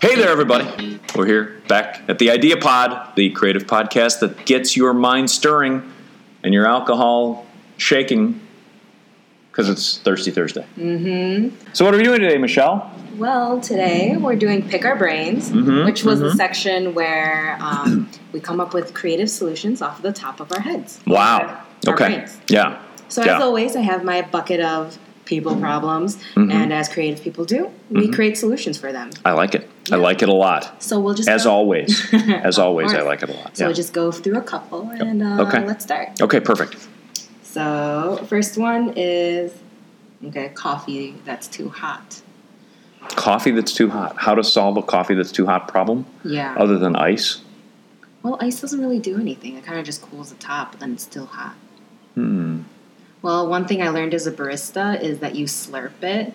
Hey there, everybody. We're here back at the Idea Pod, the creative podcast that gets your mind stirring and your alcohol shaking because it's Thirsty Thursday. Mm-hmm. So, what are we doing today, Michelle? Well, today we're doing Pick Our Brains, Mm-hmm, which was the section where um, we come up with creative solutions off the top of our heads. Wow. Our Okay. brains. Yeah. So, yeah. as always, I have my bucket of people problems, Mm-hmm. and as creative people do, we create solutions for them. I like it. I like it a lot. So, we'll just. As go- always, as Of always, I course. like it a lot. So, Yeah. we'll just go through a couple and uh, Okay. let's start. Okay, perfect. So, first one is okay, coffee that's too hot. Coffee that's too hot. How to solve a coffee that's too hot problem Yeah. other than ice? Well, ice doesn't really do anything. It kind of just cools the top, but then it's still hot. Hmm. Well, one thing I learned as a barista is that you slurp it.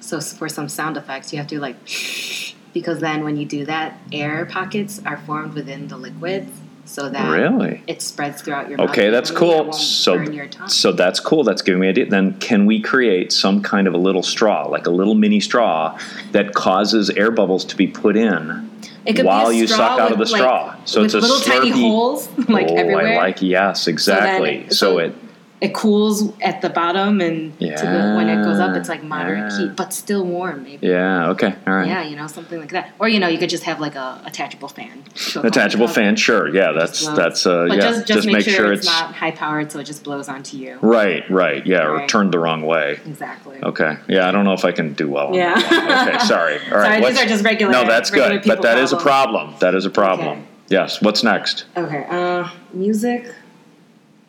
So s- for some sound effects, you have to like because then when you do that, air pockets are formed within the liquids, so that Really? it spreads throughout your. mouth Okay, that's evenly and it cool. won't So, burn your tongue. so that's cool. That's giving me idea. Then can we create some kind of a little straw, like a little mini straw, that causes air bubbles to be put in it could while be a you straw suck out of the with, like, straw? So it's with a little tiny slurpy- holes like oh, everywhere. I like yes, then exactly. So, it it cools at the bottom and to the, when it goes up, it's like moderate Yeah. heat, but still warm. Maybe. yeah okay all right. Yeah, you know, something like that. Or you know, you could just have like a attachable fan. to a Attachable coffee cup. fan, sure. Yeah, that's Blows. that's uh, But yeah. just, just make, sure, it's, not high powered, so it just blows onto you. right, Oh. right. Yeah, or Right. turned the wrong way. Exactly. Okay. Yeah, I don't know if I can do well. on Yeah. that one. Okay. Sorry. All right. Sorry, these what's- are just regular- No, that's regular good. But people that is a problem. That is a problem. Okay. Yes. What's next? Okay. Uh, music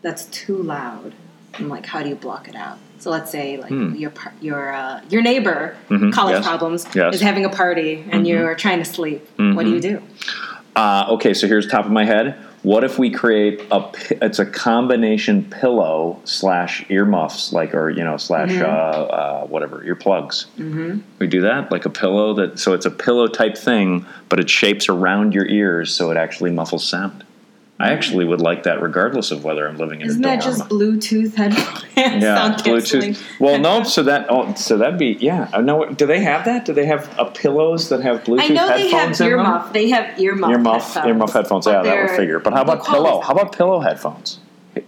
that's too loud. And like, how do you block it out? So let's say like your par- your uh, your neighbor Mhm, college Hmm. yes, problems yes. Mm-hmm. is having a party and you're trying to sleep. What do you do? Uh, okay. So here's top of my head. What if we create a? pi- It's a combination pillow slash earmuffs, like or you know slash Mm-hmm. uh, uh, whatever earplugs. Mm-hmm. We do that like a pillow that so it's a pillow type thing, but it shapes around your ears so it actually muffles sound. I actually would like that, regardless of whether I'm living in Isn't a dorm. that just Bluetooth headphones? yeah, sound canceling? Bluetooth. Well, no, so that oh, so that'd be yeah. I know. Do they have that? Do they have uh, pillows that have Bluetooth I know they headphones have in them? earmuff. They have earmuff. Earmuff, headphones, earmuff headphones. but Yeah, that would they're- figure. But how the about quality's pillow? not How about pillow headphones?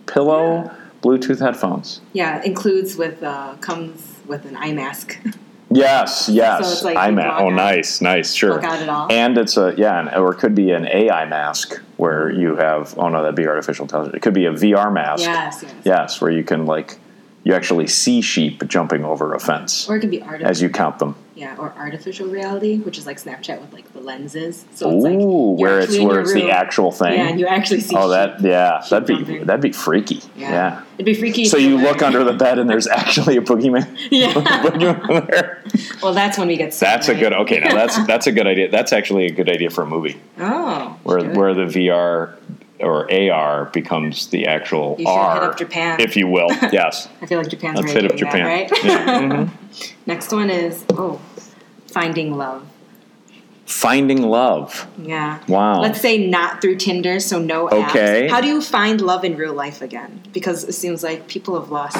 Pillow Bluetooth headphones. good. Yeah, includes with uh, comes with an eye mask. Yes, yes. it's like you I ma- block Oh, out- nice, nice. Sure. block out at all? And it's a yeah, an, or it could be an AI mask where you have. Oh no, that'd be artificial intelligence. It could be a VR mask. yes, yes. Yes, where you can like you actually see sheep jumping over a fence Or it could be artificial. as you count them. yeah, or artificial reality, which is like Snapchat with like the lenses. So Ooh, it's like you're where actually it's in where your it's room. the actual thing. Yeah, and you actually see. oh, sheep. that yeah, that'd be jumping. that'd be freaky. Yeah. It'd be freaky. if So you were- look under the bed and there's actually a boogeyman. Yeah. boogeyman there. well, that's when we get. sick, That's a right? good. Okay, now that's that's a good idea. That's actually a good idea for a movie Oh. where should where the VR or AR becomes the actual You should R, hit up Japan. if you will. Yes. I feel like Japan's Let's already hit up doing Japan. Mm-hmm. that, right? Next one is oh, finding love. Finding love. Yeah. Wow. Let's say not through Tinder, so no apps. Okay. How do you find love in real life again? Because it seems like people have lost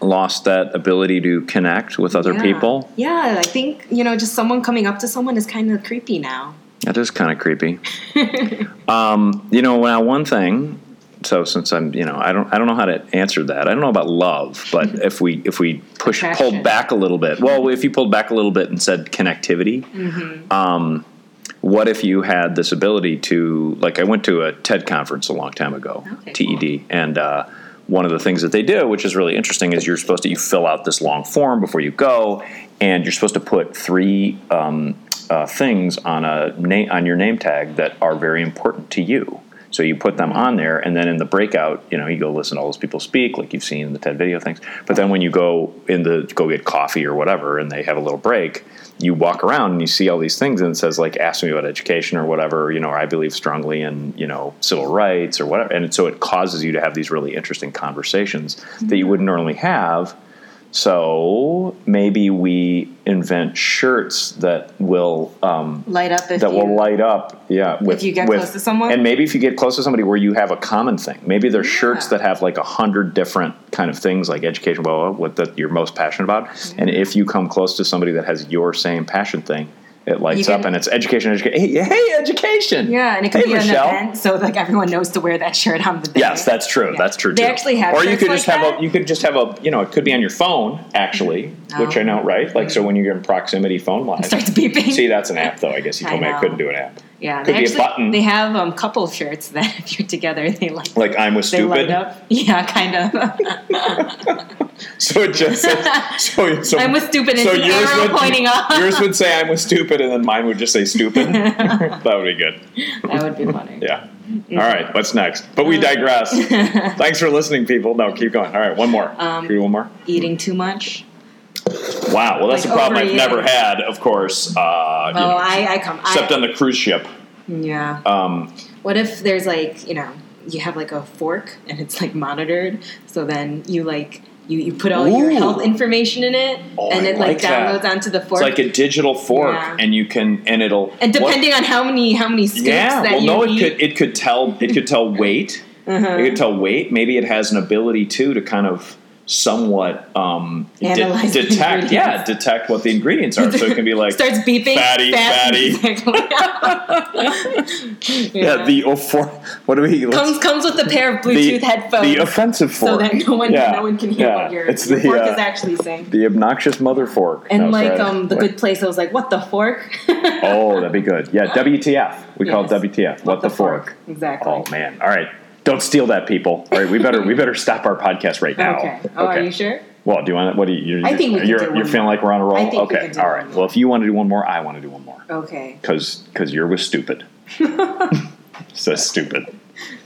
Lost that ability to connect with other Yeah. people. Yeah, I think you know, just someone coming up to someone is kind of creepy now. That is kind of creepy. um, you know, now one thing. So since I'm, you know, I don't, I don't know how to answer that. I don't know about love, but if we, if we push, Attraction. pulled back a little bit. Well, if you pulled back a little bit and said connectivity, um, what if you had this ability to, like, I went to a TED conference a long time ago, Okay, TED, and uh, one of the things that they do, which is really interesting, is you're supposed to you fill out this long form before you go, and you're supposed to put three um, uh, things on a na- on your name tag that are very important to you. So you put them on there, and then in the breakout, you know, you go listen to all those people speak, like you've seen in the TED video things. But then when you go in the go get coffee or whatever, and they have a little break, you walk around and you see all these things, and it says like, "Ask me about education" or whatever, you know, or I believe strongly in you know civil rights or whatever. And so it causes you to have these really interesting conversations that you wouldn't normally have. So maybe we invent shirts that will um, Light up if that you, will light up. Yeah, with, you get with- close to someone? and maybe if you get close to somebody where you have a common thing. Maybe there's shirts Yeah. that have like a hundred different kind of things, like education, Mm-hmm. blah, blah, blah, what that you're most passionate about. And if you come close to somebody that has your same passion thing, It lights You up can- and it's education, education. Hey, hey, education! Yeah, and it could Hey, be Michelle. an event, so like everyone knows to wear that shirt on the day. Yes, that's true. Yeah. That's true. They too. actually have Or you shirts could like just have that. a. You could just have a. You know, it could be on your phone actually, which Oh. I know, right? Like so, when you're in proximity phone line, starts beeping. See, that's an app though. I guess you I told me I know. couldn't do an app. yeah, could they be a actually, button. They have um, couple shirts that if you're together, they like Like I'm with they light stupid. up. Yeah, kind of. So it just says, so, so I'm with stupid and So an yours arrow would, pointing up. yours would say I'm with stupid, and then mine would just say stupid. that would be good. that would be funny. Yeah. All right. What's next? But Uh, we digress. Thanks for listening, people. No, keep going. All right. One more. Um, Can we do one more. Eating too much. Wow. Well, that's like a problem I've overeating. never had. Of course. Uh, you Oh, know, I, I come. except I, on the cruise ship. yeah. Um, What if there's like you know you have like a fork and it's like monitored, so then you like you, you put all your Ooh. health information in it, Oh, and I it like, like that. downloads onto the fork. it's like a digital fork, Yeah. and you can and it'll what- and depending on how many how many scoops yeah. that Well, you no, Uh-huh. it eat, could it could tell it could tell weight. It could tell weight. Maybe it has an ability too to kind of somewhat um, de- Analyze the detect. ingredients. Yeah, detect what the ingredients are. so it can be like starts beeping. fatty, fast. fatty. Exactly. yeah, Yeah. the offor. What do we? let's- comes comes with a pair of the, Bluetooth headphones. The offensive so fork. that no one, Yeah, no one can hear yeah. what your, it's your the, fork uh, is actually saying. the obnoxious mother fork. And No, like sorry. um, the good place, I was like, "What the fork?" Oh, that'd be good. Yeah, WTF. We call it Yes. WTF. What, the, fork. Exactly. Oh man. All right. Don't steal that, people. All right, we better we better stop our podcast right now. Okay. Oh, are you sure? Well, do you want? to What do you? You're, I think we can you're, do one you're feeling more. like we're on a roll. I think we okay. can do All one right. more. Well, if you want to do one more, I want to do one more Okay. because because you're with stupid. so stupid.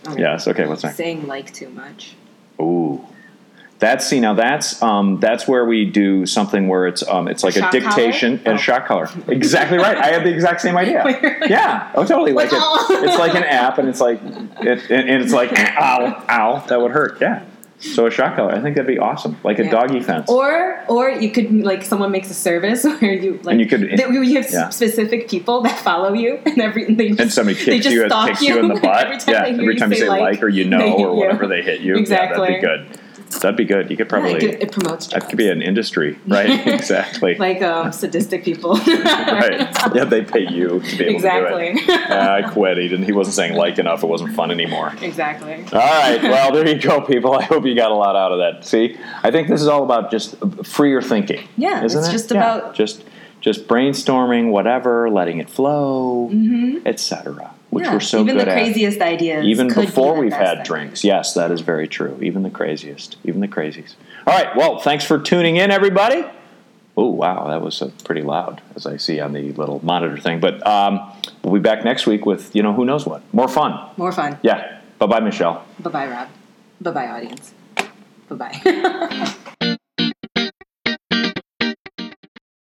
All right. Yes. Okay. What's next? Saying like too much. Ooh. That's see now that's um, that's where we do something where it's um, it's like a, shot dictation collar? Oh. and a shot collar. Exactly right. I had the exact same idea. Where- yeah. Oh, totally. Like it, Wow. it's like an app, and it's like it, and and it's like ow, ow, that would hurt. Yeah. So a shot collar, I think that'd be awesome, like a Yeah. doggy fence. Or, or you could like someone makes a service where you like And you could- that you you have yeah. specific people that follow you and every and they just, and somebody they kicks just you and stalk kicks you in the butt. every time yeah, they hear every time you say like, or you know they hit or you. whatever they hit you. Exactly. Yeah, that'd be good. That'd be good. You could Yeah, probably it, could- it promotes jobs. that could be an industry, right? exactly. like um, sadistic people. right. Yeah, they pay you to be able to do Exactly. it. Yeah, I quit. He didn't. He wasn't saying like enough. It wasn't fun anymore. exactly. All right. Well, there you go, people. I hope you got a lot out of that. See, I think this is all about just freer thinking. Yeah, isn't it's it? just Yeah. about- just just brainstorming, whatever, letting it flow, etc. Which Mm-hmm. yeah. we're so even good the at. craziest ideas. even could be before the we've best had ideas. drinks. Yes, that is very true. Even the craziest, even the crazies. All right. Well, thanks for tuning in, everybody. Oh wow, that was uh, pretty loud, as I see on the little monitor thing. But um, we'll be back next week with you know who knows what more fun. More fun. Yeah. Bye bye, Michelle. Bye bye, Rob. Bye bye, audience. Bye bye.